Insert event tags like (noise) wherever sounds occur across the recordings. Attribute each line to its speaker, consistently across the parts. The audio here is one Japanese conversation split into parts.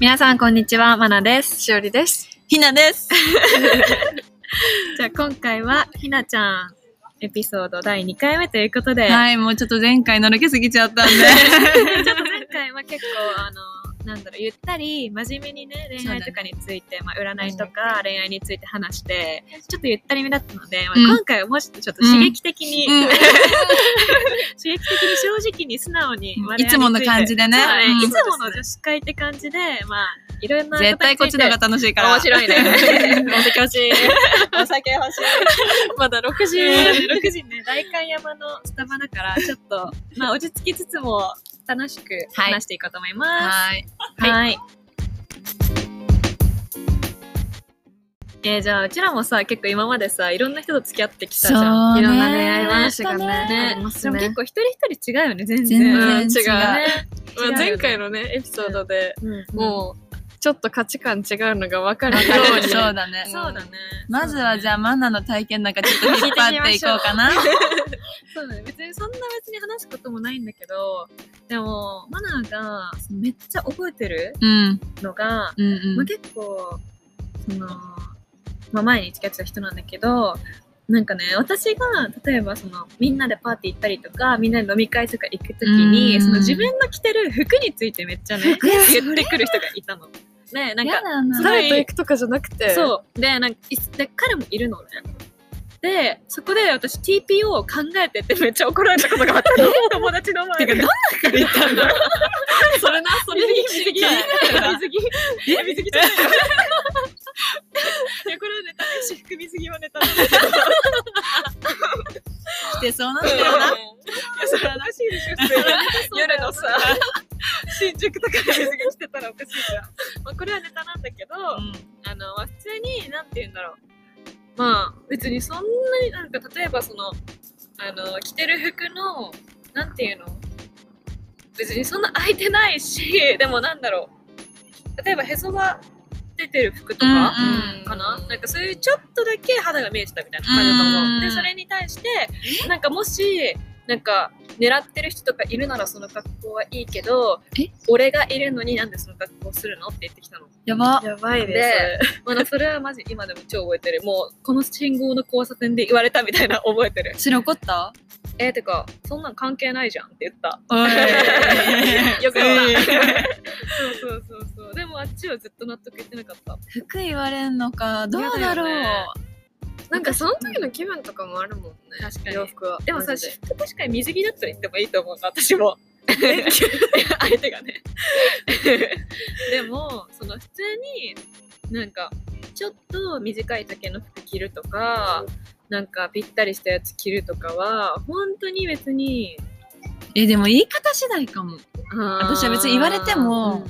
Speaker 1: 皆さん、こんにちは。まなです。
Speaker 2: しおりです。
Speaker 3: ひなです。
Speaker 1: じゃあ、今回は、ひなちゃん、エピソード第2回目ということで、
Speaker 3: はい、もうちょっと前回のろけすぎちゃったんで。
Speaker 1: ちょっと前回は結構、あの、なんだろう、ゆったり、真面目にね、恋愛とかについて、まあ、占いとか恋愛について話して、ちょっとゆったりめだったので、まあ
Speaker 3: うん
Speaker 1: 今回はもうちょっとちょっと刺激的に、
Speaker 3: うん
Speaker 1: 刺激的に正直に素直に、
Speaker 3: うんいつもの感じでね
Speaker 1: そう
Speaker 3: うん
Speaker 1: いつもの女子会って感じで、まあ、いろんな
Speaker 3: 絶対こっちの方が
Speaker 1: が
Speaker 3: 楽しいから。
Speaker 2: 白
Speaker 1: (laughs)
Speaker 2: いね。お酒欲しい。
Speaker 3: お酒欲しい。
Speaker 2: まだ6時。
Speaker 1: 6時ね、代官山のスタバだから、ちょっと、まあ、落ち着きつつも、楽しく話していこうと思いま
Speaker 3: はい。
Speaker 1: す。はい。えーじゃあ、うちらもさ、結構今までさ、いろんな人と付き合ってきたじゃん。
Speaker 3: そうね
Speaker 2: いろんな恋愛話が
Speaker 3: あった
Speaker 2: ね、あります
Speaker 1: でも
Speaker 2: ね
Speaker 1: 結。構一人一人違うよね、全
Speaker 3: 全
Speaker 1: 然。
Speaker 3: 然
Speaker 2: うん違う
Speaker 1: ね
Speaker 2: まあ前回のね、エピソードで、
Speaker 1: も
Speaker 2: もう、ちょっと価値観違うのが分かる (laughs) よう
Speaker 3: そ
Speaker 2: に。
Speaker 3: うだ
Speaker 1: う
Speaker 3: ね、。
Speaker 1: そうだね。
Speaker 3: まずはじゃあ、マナの体験なんかちょっと引っ張っていこうかな。
Speaker 1: そうだね。別にそんな別に話すこともないんだけど、でも、マナーがそのめっちゃ覚えてる
Speaker 3: うん。
Speaker 1: のが、
Speaker 3: う
Speaker 1: ま
Speaker 3: んう
Speaker 1: あ、
Speaker 3: ん。
Speaker 1: 結構、その、まあ、前に付き合ってた人なんだけど、なんかね、私が、例えばその、みんなでパーティー行ったりとか、みんなで飲み会とか行くとき
Speaker 3: う
Speaker 1: に、
Speaker 3: ん
Speaker 1: その自分の着てる服についてめっちゃ
Speaker 3: (laughs)
Speaker 1: ね、言ってくる人がいたの。ね、なんか、
Speaker 3: だな
Speaker 2: 誰と行くとかじゃなくて。
Speaker 1: そう。で、なんか、いで彼もいるのね。で、そこで私 TPO を考えてってめっちゃ怒られたことがあったの。友達の前で。てか、どんな人いたんだ (laughs)
Speaker 2: それな、それに
Speaker 1: 水着水着
Speaker 2: 聞
Speaker 1: 水着え水着じゃないいやこれはネタね私服水着はネタなんだけど
Speaker 3: 来てそうなんだ
Speaker 2: い
Speaker 3: よな。
Speaker 1: いやそれおかしいでしょ普通に
Speaker 2: 夜のさ、
Speaker 1: (laughs) 新宿とかで水着着てたらおかしいじゃん、まあ、これはネタなんだけど、あの、まあ、普通に、なんて言うんだろう。まあ、別にそんなになんか、例えばその、あの、着てる服の、なんていうの別にそんな空いてないし、 (laughs) でもなんだろう。例えばへそが出てる服とか、
Speaker 3: うんうん
Speaker 1: かななんかそういうちょっとだけ肌が見えてたみたいな感じだと思う。
Speaker 3: うん
Speaker 1: で、それに対して、なんかもし、なんか、狙ってる人とかいるならその格好はいいけど
Speaker 3: え、
Speaker 1: 俺がいるのになんでその格好するのって言ってきたの。
Speaker 3: やば。
Speaker 2: やばい
Speaker 1: で
Speaker 2: ね、
Speaker 1: まだそれはマジ今でも超覚えてる。もう、この信号の交差点で言われたみたいな覚えてる。
Speaker 3: それ怒った
Speaker 1: えー、てか、そんなん関係ないじゃんって言った。
Speaker 3: お (laughs) い。
Speaker 1: よく言った
Speaker 3: えい。
Speaker 1: そうそうそうそう。でもあっちはずっと納得いってなかった。
Speaker 3: (laughs) 服言われんのか。どうだろう。
Speaker 1: 嫌だよね
Speaker 2: それ。なんかその時の気分とかもあるもんね。
Speaker 1: 確かに
Speaker 2: 洋服は。
Speaker 1: でもさ、
Speaker 2: マジ
Speaker 1: 私服確かに水着だったら言ってもいいと思うの、私も。相手がね。でも、その普通に、なんか、ちょっと短い丈の服着るとか、なんかぴったりしたやつ着るとかは、本当に別に、
Speaker 3: え、でも言い方次第かも。
Speaker 1: 私
Speaker 3: 私は別に言われても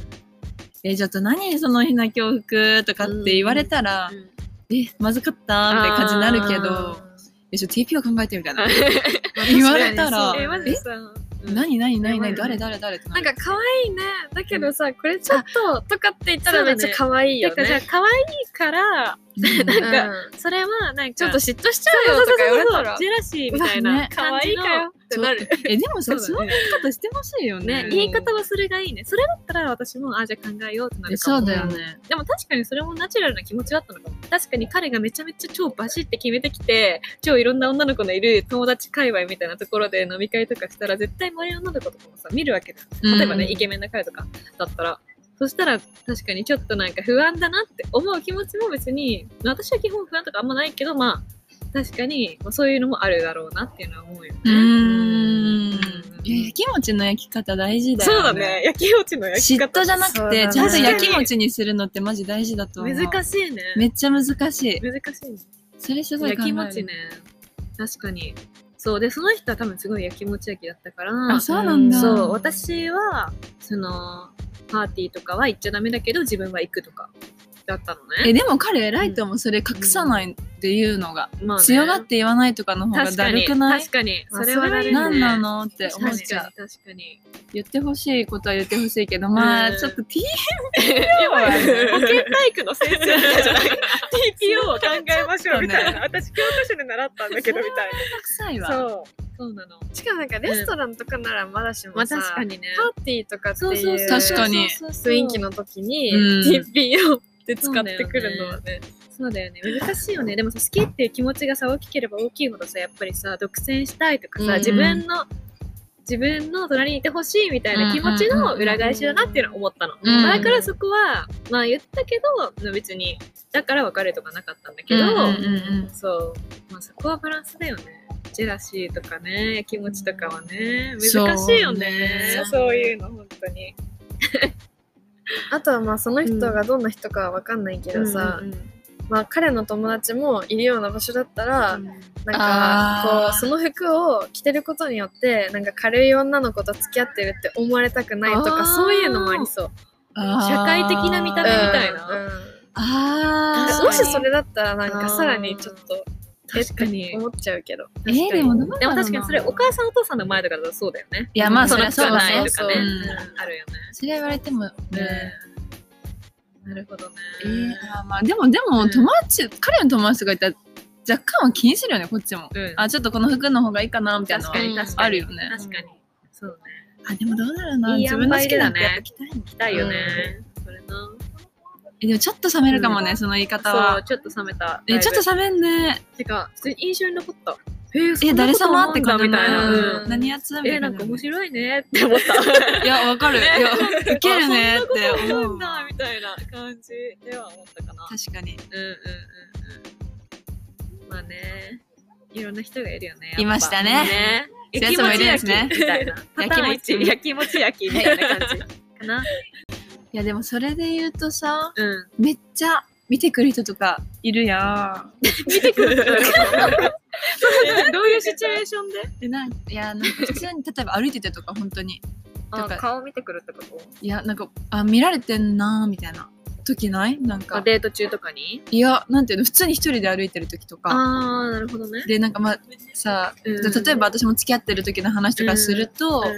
Speaker 3: え、ちょっと何そのひな教服とかって言われたら、え、まずかったみたいな感じになるけど、え、ちょ、TP を考えてみ
Speaker 1: (laughs)
Speaker 3: たいな。言われたら
Speaker 1: え、まずさ、うん
Speaker 3: 何何何
Speaker 1: や (laughs)
Speaker 3: 何
Speaker 1: ばいね
Speaker 3: 誰誰誰って
Speaker 2: なん
Speaker 3: か、
Speaker 2: か可愛いね。だけどさ、これちょっととかって言ったらめっちゃ可愛いよ
Speaker 1: てかじゃあ
Speaker 2: ね。
Speaker 1: 可愛いから、
Speaker 3: うん
Speaker 1: なんか
Speaker 2: うん
Speaker 1: それはなんか、
Speaker 2: ちょっと嫉妬しちゃうよとか言われたら。
Speaker 1: ジェラシーみたいな
Speaker 3: ね
Speaker 2: 可
Speaker 1: 感
Speaker 2: 愛
Speaker 1: じ
Speaker 2: い
Speaker 1: の
Speaker 2: かよってなる。
Speaker 3: え、でも
Speaker 1: そ
Speaker 3: さ、そう
Speaker 1: だ
Speaker 3: の
Speaker 1: ね
Speaker 3: 言い方してほしいよね
Speaker 1: ね、。言い方はそれがいいね。それだったら私も、あ、じゃあ考えようってな
Speaker 3: え
Speaker 1: るかも。
Speaker 3: そうだよね。
Speaker 1: でも確かにそれもナチュラルな気持ちだったのかも。確かに彼がめちゃめちゃ超バシって決めてきて、超いろんな女の子のいる友達界隈みたいなところで飲み会とかしたら、絶対周りの女の子とかもさ、見るわけだよ。例えばね、
Speaker 3: うん
Speaker 1: イケメンな彼とかだったら。そしたら確かにちょっとなんか不安だなって思う気持ちも別に、私は基本不安とかあんまないけど、まあ、確かにまあそういうのもあるだろうなっていうのは思うよね。
Speaker 3: うーん。
Speaker 1: うん
Speaker 3: いや焼き餅の焼き方大事だよ
Speaker 1: そ
Speaker 3: ね。
Speaker 1: うだね。焼き落ちの焼き
Speaker 3: 嫉
Speaker 1: 方。
Speaker 3: 妬じゃな
Speaker 2: そう
Speaker 3: く
Speaker 2: だ
Speaker 3: て、
Speaker 2: ね
Speaker 3: ちゃんと焼き餅にするのってマジ大事だと思う。
Speaker 1: 難しいね。
Speaker 3: めっちゃ難しい。
Speaker 1: 難しいね。
Speaker 3: それすごい
Speaker 1: 焼
Speaker 3: 考え
Speaker 1: き
Speaker 3: る。
Speaker 1: 餅ね。確かに。そう。で、その人は多分すごい焼き餅焼きだったから、
Speaker 3: あ、そうなんだ。
Speaker 1: そう、私は、その、パーティーとかは行っちゃダメだけど、自分は行くとか、だったの
Speaker 3: え、
Speaker 1: ね。
Speaker 3: でも彼偉いと思う。それ隠さないっていうのが。
Speaker 1: まあね
Speaker 3: 強がって言わないとかの方が
Speaker 1: 確
Speaker 3: だ
Speaker 1: か
Speaker 3: る
Speaker 1: に、
Speaker 3: くない
Speaker 1: 確かに。
Speaker 2: まあ
Speaker 1: それは
Speaker 2: それはいいね
Speaker 3: 何なのって
Speaker 1: 確
Speaker 3: 思
Speaker 1: か
Speaker 3: っ
Speaker 1: に、
Speaker 3: ちゃう
Speaker 1: 確。かに。
Speaker 3: 言ってほしいことは言ってほしいけど、まあ、
Speaker 1: うん
Speaker 3: ちょっと T
Speaker 1: やばいね
Speaker 2: うん
Speaker 1: 保健体育の先生みたい
Speaker 3: (laughs)
Speaker 1: じゃない ?TPO を考えましょうみたい
Speaker 3: そう
Speaker 1: な。私、教科書で習ったんだけど、みたいな。
Speaker 3: 臭いわ。
Speaker 1: そう。そうなの。
Speaker 2: しかもなんかレストランとかならまだし
Speaker 1: ま
Speaker 2: も
Speaker 1: あ
Speaker 2: さ、
Speaker 1: 確かにね。
Speaker 2: パーティーとかって
Speaker 3: そ
Speaker 2: いう
Speaker 3: うそうそう確かに
Speaker 2: 雰囲気の時に
Speaker 3: うん
Speaker 2: TP をで使ってくるのはね。
Speaker 1: そうだよね。難しいよね。でもさ、好きっていう気持ちがさ、大きければ大きいほどさ、やっぱりさ、独占したいとか
Speaker 3: うんう
Speaker 1: さ、
Speaker 3: ん
Speaker 1: 自分の、自分の隣にいてほしいみたいな気持ちの裏返しだなっていうのを思ったの。
Speaker 3: うん
Speaker 1: だからそこは、まあ言ったけど、別に、だから別れとかなかったんだけど、
Speaker 3: うんうんうん
Speaker 1: そう。まあそこはバランスだよね。ジェラシーとかね、気持ちとかはね、
Speaker 3: そう
Speaker 1: 難しいよね。
Speaker 3: そ
Speaker 1: そうう
Speaker 3: ね
Speaker 1: いうの、本当に。
Speaker 2: あとはまあその人がどんな人かは分かんないけどさ、
Speaker 1: うんうん
Speaker 2: まあ彼の友達もいるような場所だったら、なんか
Speaker 3: あー
Speaker 2: こうその服を着てることによってなんか軽い女の子と付き合ってるって思われたくないと
Speaker 3: あ
Speaker 2: か
Speaker 3: ー
Speaker 2: そういうのもありそう。
Speaker 1: 社会的な見た
Speaker 2: うん
Speaker 1: 目みたいな
Speaker 2: うん
Speaker 3: あ
Speaker 1: 確
Speaker 3: ー
Speaker 1: かに
Speaker 2: もしそれだったらなんかさらにちょっと
Speaker 1: 確かに。
Speaker 2: 思っちゃうけど。
Speaker 3: えーでもどうなんだろう
Speaker 1: でも確かにそれお母さんお父さんの前とかだとそうだよね。
Speaker 3: いやまあ
Speaker 1: そ
Speaker 3: そり
Speaker 1: の
Speaker 3: ゃ
Speaker 1: 人
Speaker 3: そう
Speaker 1: が
Speaker 3: だ
Speaker 1: ない
Speaker 3: ね
Speaker 1: とかね。
Speaker 2: そううそうん
Speaker 1: あるよね。
Speaker 3: それ言われてもね
Speaker 1: うんなるほどね。
Speaker 3: えーあーまあでもでも友達彼の友達とかいたら若干は気にするよねこっちも
Speaker 1: うん
Speaker 3: あちょっとこの服の方がいいかなみたいなの
Speaker 1: 確
Speaker 3: は
Speaker 1: かに確かに。
Speaker 3: あるよね
Speaker 1: 確かに。そうね。
Speaker 3: あでもどうだろうない
Speaker 1: い
Speaker 3: 自分の好きな服
Speaker 1: 塩梅だね
Speaker 3: やっぱ着たいの
Speaker 1: 来たいよね。それな。
Speaker 3: えでもちょっと冷めるかもね、
Speaker 1: うん
Speaker 3: その言い方
Speaker 1: そう、
Speaker 3: は
Speaker 1: ちょっと冷めた。
Speaker 3: えちょっと冷めんね
Speaker 1: と。てか、普通に印象に残った。え
Speaker 3: え誰様って感じ
Speaker 1: みたいな。
Speaker 2: う
Speaker 1: うん
Speaker 2: ん
Speaker 3: 何やつみたい
Speaker 1: え、なんか面白い
Speaker 3: (laughs)
Speaker 1: ねって思った。
Speaker 3: いやわかる、
Speaker 1: ね
Speaker 3: いやウケるねって
Speaker 1: (laughs) あそんなことあ
Speaker 3: 思
Speaker 1: る
Speaker 3: うん
Speaker 1: だみたいな感じでは思ったかな。
Speaker 3: 確かに
Speaker 1: うんうんうんうん。まあね、いろんな人がいるよね。やっぱ
Speaker 3: いましたね。
Speaker 1: ね
Speaker 3: そういうやつもいるんですね
Speaker 1: 焼きもち焼きみたいな。パターン一焼きもち焼き
Speaker 3: 焼きもち
Speaker 1: みたいな感じかな。
Speaker 3: いやでもそれで言うとさ
Speaker 1: うん。
Speaker 3: めっちゃ見てくる人とかいるやん
Speaker 1: 見てくる。どういうシチュエーションで
Speaker 3: でなんいやなんか普通に例えば歩いててとか本当にとか
Speaker 1: 顔見てくるってこ
Speaker 3: いやなんかあ見られてんなーみたいな時ないなん
Speaker 1: と
Speaker 3: か
Speaker 1: (laughs) デート中とかに
Speaker 3: いやなんていうの普通に一人で歩いてる時とか
Speaker 1: ああ、なるほどね。
Speaker 3: でなんかまあさ
Speaker 1: うん
Speaker 3: 例えば私も付き合ってる時の話とかすると、
Speaker 1: うん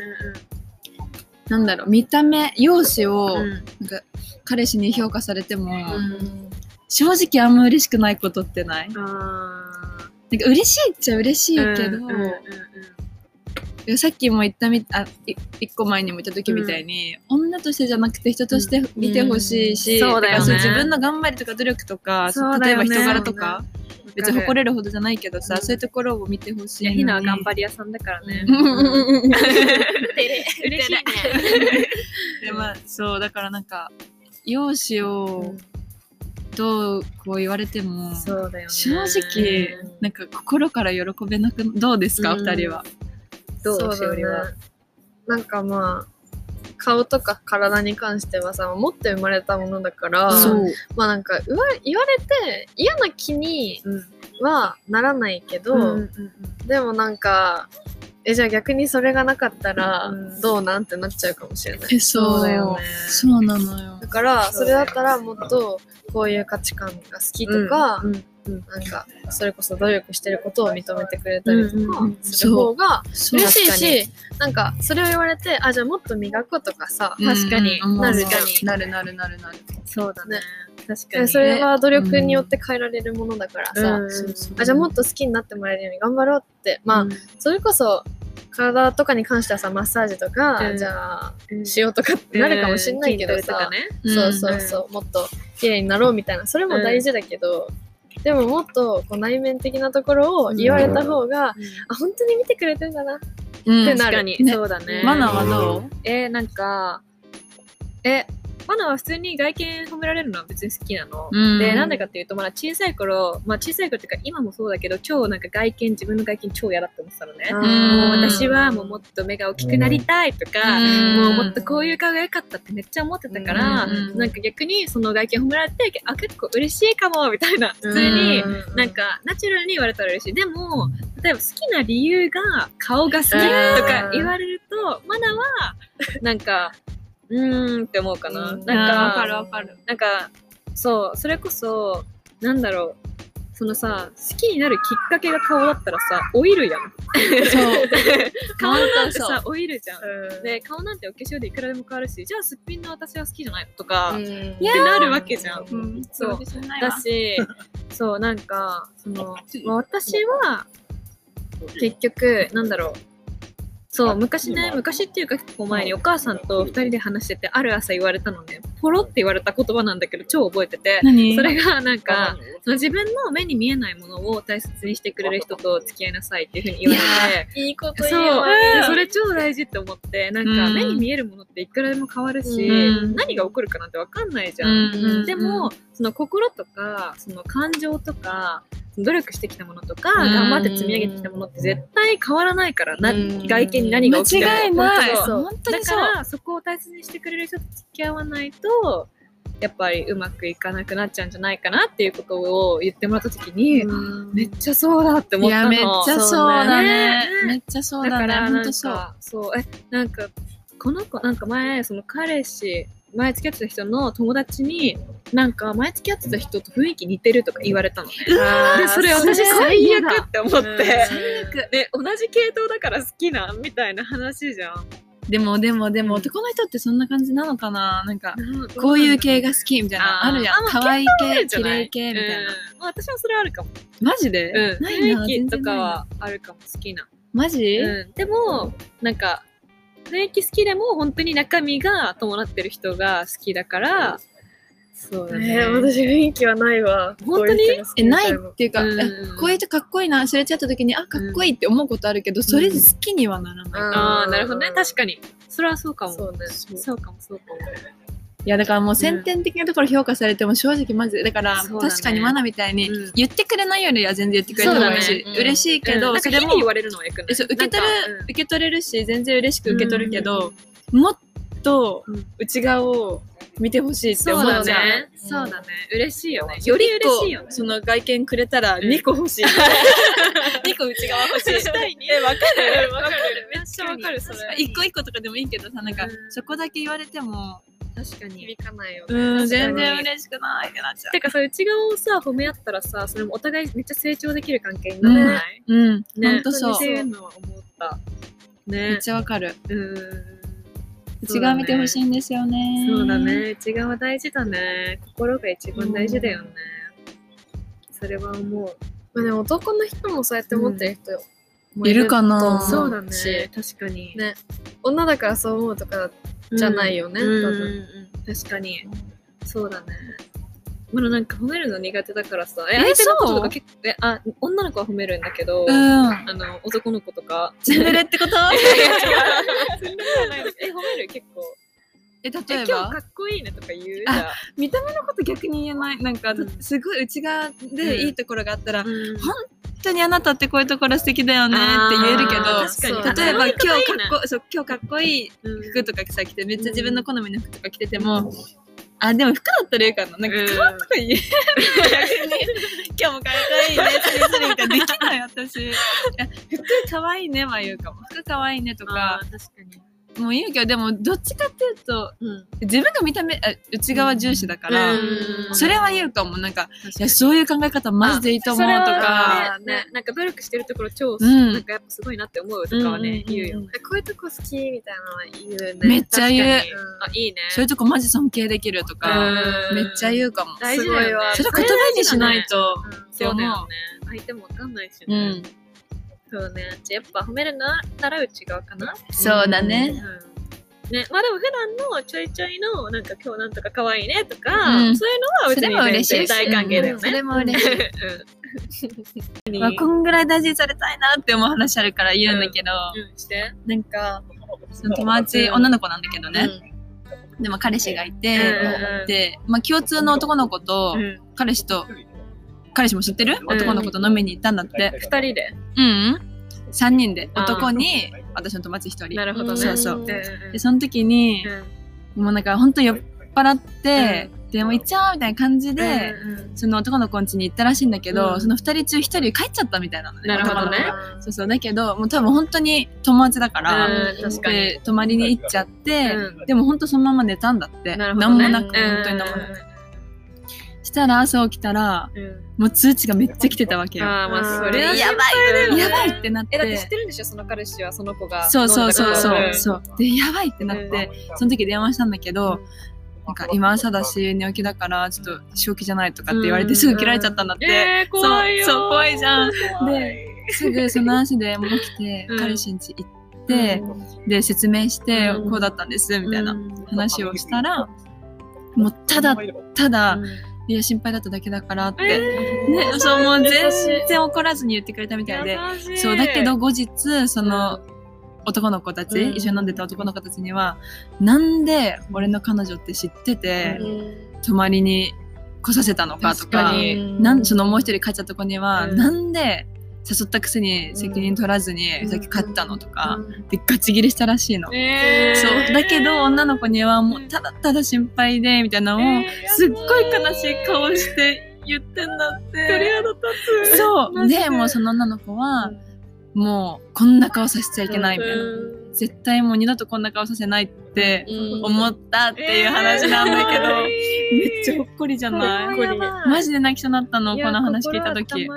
Speaker 3: なんだろう見た目容姿を
Speaker 1: うん
Speaker 3: なんか彼氏に評価されても、
Speaker 1: うん
Speaker 3: 正直あんま嬉しくないことってないなんか
Speaker 1: ああ。
Speaker 3: 嬉しいっちゃ嬉しいけど、
Speaker 1: うんうんうんうん
Speaker 3: いやさっきも言ったみあい一個前にも言った時みたいに、女としてじゃなくて人として見てほしいし、
Speaker 1: うんそうだよね
Speaker 3: から自分の頑張りとか努力とか、
Speaker 1: そうだ
Speaker 3: 例え
Speaker 1: よ
Speaker 3: ば
Speaker 1: ね
Speaker 3: 人柄とか、別に誇れるほどじゃないけどさ、
Speaker 1: うん
Speaker 3: そういうところを見てほしい
Speaker 1: いや、
Speaker 3: のに。
Speaker 1: ひなは頑張り屋さんだからね。
Speaker 3: うん
Speaker 1: (laughs) 嬉しいね。
Speaker 2: (laughs)
Speaker 3: でまあそうだからなんか容姿をどうこう言われても、
Speaker 1: そうだよね。
Speaker 3: 正直なんか心から喜べなくどうですか、
Speaker 1: うん
Speaker 3: 二人は。
Speaker 1: どう
Speaker 2: そうだね
Speaker 1: しおりは。
Speaker 2: なんかまあ顔とか体に関してはさ持って生まれたものだから
Speaker 1: んそう。
Speaker 2: まあなんかうわ言われて嫌な気に
Speaker 1: うん。
Speaker 2: はならないけど、
Speaker 1: うんうん
Speaker 2: でもなんかえじゃあ逆にそれがなかったら
Speaker 1: うん
Speaker 2: どうなんてなっちゃうかもしれない、
Speaker 3: えそう
Speaker 1: そうだよね
Speaker 3: そうなのよ
Speaker 2: だ。から
Speaker 1: そ
Speaker 2: そうれだったらもっとこういう価値観が好きとか、
Speaker 1: うんうん
Speaker 2: なんかそれこそ努力してることを認めてくれたりと
Speaker 1: う
Speaker 2: か
Speaker 1: ん
Speaker 2: する方が
Speaker 3: そう
Speaker 2: 嬉しいし、なんかそれを言われてあじゃあもっと磨こうとかさ、
Speaker 1: 確かに
Speaker 3: うん
Speaker 2: なる
Speaker 3: 思う
Speaker 2: 確かに
Speaker 3: なるなるなるなる。
Speaker 1: そうだね。確か
Speaker 2: え
Speaker 1: に。
Speaker 2: それは努力によって変えられるものだからさ、
Speaker 1: うん
Speaker 3: そうそう
Speaker 2: あじゃあもっと好きになってもらえるように頑張ろうってまあ、それこそ体とかに関してはさマッサージとか、
Speaker 1: うん
Speaker 2: じゃあ
Speaker 1: うん
Speaker 2: しようとかってなるかもしんないけど
Speaker 1: 筋トレと
Speaker 2: さ
Speaker 1: か、ね
Speaker 2: そうそうそう、もっと綺麗になろうみたいなそれも大事だけど、でももっとこう内面的なところを言われた方が、あ本当に見てくれてんだなって
Speaker 3: うん。
Speaker 2: なる
Speaker 1: 確かに、
Speaker 3: ね
Speaker 1: そうだね。
Speaker 3: マナーはどう？
Speaker 1: えー、なんか、え、マナーは普通に外見褒められるのは別に好きなの。
Speaker 3: うん
Speaker 1: で、なんでかっていうと、まだ小さい頃、まあ小さい頃っていうか今もそうだけど、超なんか外見、自分の外見超嫌だって思ってたのね。
Speaker 2: うん
Speaker 1: もう
Speaker 3: うん
Speaker 1: 私はもうもっと目が大きくなりたいとか、
Speaker 3: うん
Speaker 1: もうもっとこういう顔が良かったってめっちゃ思ってたから、
Speaker 3: うん
Speaker 1: なんか逆にその外見褒められて、あ、結構嬉しいかも、みたいな。普通に、なんかナチュラルに言われたら嬉しい。でも、例えば好きな理由が顔が好きとか言われると、マナは、なんか、 (laughs) うーんって思うかな。
Speaker 2: うん
Speaker 1: な
Speaker 3: あ
Speaker 1: ん
Speaker 3: ー
Speaker 1: か、
Speaker 3: わかるわかる。
Speaker 1: なんか、そう、それこそ、なんだろう。そのさ、好きになるきっかけが顔だったらさ、老いるやん。
Speaker 3: そう。
Speaker 1: (laughs) 顔なんて
Speaker 3: 本当
Speaker 1: さ、老いるじゃん。
Speaker 2: うん
Speaker 1: で、顔なんてお化粧でいくらでも変わるし、じゃあすっぴんの私は好きじゃないのとか、
Speaker 2: うん
Speaker 1: っ
Speaker 2: いや
Speaker 1: てなるわけじゃん。
Speaker 2: うん
Speaker 3: ん
Speaker 1: そう
Speaker 3: だし
Speaker 1: だし、そう、なんか、その、まあ、私は、結局なんだろうそう昔ね昔っていうか結構前にお母さんと2人で話しててある朝言われたのねポロって言われた言葉なんだけど超覚えてて
Speaker 3: 何
Speaker 1: それがなんかその自分の目に見えないものを大切にしてくれる人と付き合いなさいっていうふうに言われて。
Speaker 2: いいこと
Speaker 1: そう
Speaker 2: 言うわ。
Speaker 1: でそれ超大事って思ってなん
Speaker 3: う
Speaker 1: か
Speaker 3: ん
Speaker 1: 目に見えるものっていくらでも変わるし、
Speaker 3: うん
Speaker 1: 何が起こるかなんて分かんないじゃん、
Speaker 3: うん
Speaker 1: でも、その心とかその感情とか努力してきたものとか、
Speaker 3: うん
Speaker 1: 頑張って積み上げてきたものって絶対変わらないから、な
Speaker 2: うん
Speaker 1: 外見に何
Speaker 3: 間
Speaker 1: が起きても
Speaker 3: 違いない
Speaker 1: 本当そう
Speaker 3: 本当
Speaker 1: だ
Speaker 3: にそ
Speaker 1: か
Speaker 3: う
Speaker 1: らそこを大切にしてくれる人と付き合わないとやっぱりうまくいかなくなっちゃうんじゃないかなっていうことを言ってもらった時に、
Speaker 2: うん
Speaker 1: めっちゃそうだって思
Speaker 3: い
Speaker 1: った
Speaker 3: や
Speaker 1: の
Speaker 3: めっちゃそうだね
Speaker 1: そうね
Speaker 3: めっちゃそ
Speaker 1: だ
Speaker 3: うだ
Speaker 1: か
Speaker 3: ね
Speaker 1: ら
Speaker 3: 本
Speaker 1: なん
Speaker 3: 当
Speaker 1: か
Speaker 3: そ
Speaker 1: そううえなんかこの子なんか前その彼氏前付き合ってた人の友達になんか前付き合ってた人と雰囲気似てるとか言われたのね
Speaker 2: あー
Speaker 1: で (laughs) それ私
Speaker 2: それ
Speaker 1: 最悪って思って、
Speaker 2: うん
Speaker 1: で同じ系統だから好きなみたいな話じゃん
Speaker 3: でもでもでも
Speaker 1: うん
Speaker 3: 男の人ってそんな感じなのかななんかこういう系が好きみたいな
Speaker 1: あ
Speaker 3: あ
Speaker 1: ー
Speaker 3: るやん可愛い系綺麗系みたいな
Speaker 1: うんまあ私もそれあるかも、
Speaker 3: マジで
Speaker 1: うん、
Speaker 3: ないな
Speaker 1: 雰囲気
Speaker 3: 全
Speaker 1: と
Speaker 3: 然な
Speaker 1: か
Speaker 3: いな
Speaker 1: はあるかも好きな
Speaker 3: マジ
Speaker 1: うん、でもなんか雰囲気好きでも本当に中身が伴ってる人が好きだから、そうだね、
Speaker 2: えー私雰囲気はないわ。
Speaker 1: 本当に
Speaker 2: こうう人が好き
Speaker 3: え
Speaker 2: みた
Speaker 3: ない
Speaker 2: の
Speaker 3: っていうか
Speaker 1: うん
Speaker 3: あこういう人かっこいいな知れちゃった時にあかっこいいって思うことあるけどそれで好きにはならない
Speaker 1: ああなるほどね確かにそれはそうかも
Speaker 2: そうね。
Speaker 1: そうかもそうかも
Speaker 3: いやだからもう先天的なところ評価されても正直マジでだから
Speaker 1: そうだね
Speaker 3: 確かにマナみたいに
Speaker 1: うん
Speaker 3: 言ってくれないよりは全然言ってくれた方がいい
Speaker 1: そう
Speaker 3: し
Speaker 2: だねうん
Speaker 3: 嬉しいけ
Speaker 1: うん
Speaker 3: ど
Speaker 1: なん
Speaker 3: そ
Speaker 1: か
Speaker 3: れ
Speaker 1: 日
Speaker 3: も
Speaker 1: 々言われるのはよくない
Speaker 3: そう受け取る、受け取れるし全然嬉しく受け取るけど、もっと
Speaker 1: うん
Speaker 3: 内側を見てほしいって
Speaker 1: そ
Speaker 3: 思
Speaker 1: うだ
Speaker 3: っちゃう。
Speaker 1: ね
Speaker 2: うん
Speaker 1: そうだね嬉しいよねより嬉しいよね
Speaker 3: 一個
Speaker 1: (laughs)
Speaker 3: その外見くれたら
Speaker 1: ん
Speaker 3: 2個欲しい。2個内側欲しい。
Speaker 1: したいね
Speaker 3: え、わかる (laughs)
Speaker 1: わかるめっちゃわかるそれ
Speaker 3: 1個1個とかでもいいけどさ、なんか
Speaker 1: うん
Speaker 3: そこだけ言われても、
Speaker 1: 確かに
Speaker 2: 響かないよね。
Speaker 3: うん、全
Speaker 2: 全
Speaker 3: 然
Speaker 2: 然
Speaker 3: 嬉しくないってなっちゃう。
Speaker 1: てかさ内側をさ褒め合ったらさそれもお互いめっちゃ成長できる関係にならない、
Speaker 3: うん、
Speaker 1: ね
Speaker 3: ほんとそう
Speaker 1: 本。当にっていうのは思った
Speaker 3: め
Speaker 1: ね
Speaker 3: っちゃわかる。
Speaker 1: うん
Speaker 3: 内側見てほしいんですよね。
Speaker 1: そうだ。ね内側大事だね心が一番大事だよね、それは思う
Speaker 2: まあでも男の人もそうやって思ってる人も
Speaker 3: いるかな
Speaker 2: と思
Speaker 3: そう
Speaker 2: し
Speaker 1: 確かに
Speaker 2: ね女だからそう思うとかじゃないよね、
Speaker 1: うん
Speaker 2: 多
Speaker 1: うん
Speaker 2: 分。
Speaker 1: うん確かにそうだねまだなんか褒めるの苦手だからさえ
Speaker 3: え
Speaker 1: 相手のこと
Speaker 3: そう
Speaker 1: とか結構えあ女の子は褒めるんだけど、
Speaker 3: うん。
Speaker 1: あの男の子と
Speaker 3: (laughs)
Speaker 1: か
Speaker 3: ツンデレってこと
Speaker 1: (laughs) え褒める結構
Speaker 3: え、例
Speaker 1: え
Speaker 3: え
Speaker 1: 今日
Speaker 3: ば
Speaker 1: かっこいいねとか言うじ
Speaker 3: あ
Speaker 1: ゃん
Speaker 3: 見た目のこと逆に言えないなんか、
Speaker 1: うん
Speaker 3: すごい内側でいいところがあったら、本
Speaker 1: うん
Speaker 3: 本当にあなたってこういうところ素敵だよねって言えるけど
Speaker 1: あー
Speaker 2: そ
Speaker 1: 確
Speaker 2: う
Speaker 1: かに
Speaker 3: 例えば今日
Speaker 1: 可
Speaker 3: か
Speaker 1: 愛い
Speaker 3: っ
Speaker 1: ね
Speaker 3: こそう今日かっこいい服とかさ着てめっちゃ自分の好みの服とか着てても、あでも服だったらいいかななん
Speaker 1: うん
Speaker 3: か顔とか
Speaker 1: (laughs)
Speaker 3: 言える今日もかっこいいねスリスリってできない私いや服かわいいねは言うかも服かわいいねとか
Speaker 1: あー確かに
Speaker 3: もう言うけどでもどっちかっていうと
Speaker 1: うん
Speaker 3: 自分が見た目あ内側重視だから、
Speaker 1: うん
Speaker 3: それは言うかもなんか
Speaker 1: 確
Speaker 3: い
Speaker 1: かに
Speaker 3: やそういう考え方マジでいいと思うと
Speaker 1: それ
Speaker 3: か
Speaker 1: はねねなんか努力してるところ超、
Speaker 3: うん
Speaker 1: なんかやっぱすごいなって思うとかはね、
Speaker 3: うんうんうん
Speaker 1: 言うよ、
Speaker 2: えこういうとこ好きみたいなの言うね。
Speaker 3: めっちゃ言う
Speaker 1: 確かに
Speaker 2: うん
Speaker 1: あいいね
Speaker 3: そういうとこマジ尊敬できるとか
Speaker 1: うん
Speaker 3: めっちゃ言うかも
Speaker 1: 大事だ
Speaker 2: すごい
Speaker 1: よ
Speaker 2: わ
Speaker 1: ね
Speaker 3: それは言葉にしないと
Speaker 1: それは大事だねそうだよね相手もわかんないしね、
Speaker 3: うん
Speaker 1: そうねじゃあやっぱ褒めるななら内側かな、
Speaker 3: そうだ
Speaker 1: うん
Speaker 3: ね
Speaker 1: ね、まあでも普段のちょいちょいのなんか今日なんとか可愛いねとか、
Speaker 3: うん
Speaker 1: そういうのは別
Speaker 3: それも
Speaker 1: に
Speaker 3: 嬉し
Speaker 1: 全
Speaker 3: い
Speaker 1: 然
Speaker 3: し
Speaker 1: 大歓迎だよ
Speaker 2: うんそ
Speaker 1: ね、
Speaker 2: れも嬉しい。
Speaker 1: うん
Speaker 3: (laughs) まあこんぐらい大事にされたいなって思う話あるから言うんだけど
Speaker 1: うんして、
Speaker 3: なんかその友達女の子なんだけどねでも彼氏がいて
Speaker 1: うんうん
Speaker 3: でまあ共通の男の子と
Speaker 1: うん
Speaker 3: 彼氏と彼氏も知ってる
Speaker 1: ん
Speaker 3: 男の子と飲みに行ったんだって
Speaker 1: 二人で
Speaker 3: うんうん3人で
Speaker 1: あー
Speaker 3: 男に私の友達1
Speaker 1: な
Speaker 3: 人
Speaker 1: るほどね
Speaker 3: そうそう
Speaker 1: うんうん
Speaker 3: でその時にもうなんか本当酔っ払ってでも行っちゃおうみたいな感じで
Speaker 1: うんうん
Speaker 3: その男の子ん家に行ったらしいんだけど、
Speaker 1: うん
Speaker 3: その2人中1人帰っちゃったみたいなのね
Speaker 1: なるほどね
Speaker 3: 男の子そうそうだけどもう多分本当に友達だから、
Speaker 1: うん確かに
Speaker 3: で泊まりに行っちゃって、
Speaker 1: う
Speaker 3: でも本当そのまま寝たんだって
Speaker 1: なる
Speaker 3: な
Speaker 1: ほど
Speaker 3: ん、
Speaker 1: ね
Speaker 3: もなく
Speaker 2: うん
Speaker 3: 本当に何もなく、したら朝起きたら
Speaker 1: うん
Speaker 3: もう通知がめっちゃ来てたわけよ
Speaker 1: ああまあ
Speaker 2: うん
Speaker 1: それは
Speaker 3: やばい
Speaker 1: だよね
Speaker 3: やばいってなっ
Speaker 1: えだって知っててるんでしょその彼氏はその子が
Speaker 3: そうそうそうそ
Speaker 1: 飲んだ
Speaker 3: う
Speaker 1: こと
Speaker 3: そうでやばいってなってその時電話したんだけど、なんか今朝だし寝起きだからちょっと正気じゃないとかって言われ
Speaker 1: う
Speaker 3: て
Speaker 1: ん
Speaker 3: すぐ切られちゃったんだっ
Speaker 1: ある
Speaker 3: て、
Speaker 1: えー怖いよ
Speaker 3: そうそう怖いじゃん
Speaker 1: で
Speaker 3: ですぐその足で戻って
Speaker 1: うん
Speaker 3: 彼氏ん家行って、で説明して、
Speaker 1: うん
Speaker 3: こうだったんですみたいな
Speaker 1: うん
Speaker 3: 話をしたら、もうただただ、いや心配だっただけだからって、ね、そうもう全然怒らずに言ってくれたみたいで
Speaker 1: 優しい
Speaker 3: そうだけど後日その、男の子たち、
Speaker 1: うん
Speaker 3: 一緒に飲んでた男の子たちにはなんで俺の彼女って知ってて、泊まりに来させたのかと
Speaker 1: 確
Speaker 3: か
Speaker 1: かに
Speaker 3: なんそのもう一人帰っちゃった子には、
Speaker 1: うん
Speaker 3: なんで誘ったくせに責任取らずに、
Speaker 2: うん
Speaker 3: さっき帰ったのとか、でガチギレしたらしいの、
Speaker 1: えー
Speaker 3: そうだけど女の子にはも
Speaker 1: う
Speaker 3: うんただただ心配でみたいなのを、
Speaker 1: えー
Speaker 3: すっごい悲しい顔して言ってんだっ
Speaker 1: それ
Speaker 3: て。
Speaker 1: は立つ
Speaker 3: そう
Speaker 1: マジで
Speaker 3: でもうその女の子は、もうこんな顔させちゃいけないみたいな、絶対もう二度とこんな顔させないって思ったっていう話なんだけど、めっちゃほっこりじゃない、
Speaker 2: これ
Speaker 3: マジで泣きそうになったのこの話聞いた時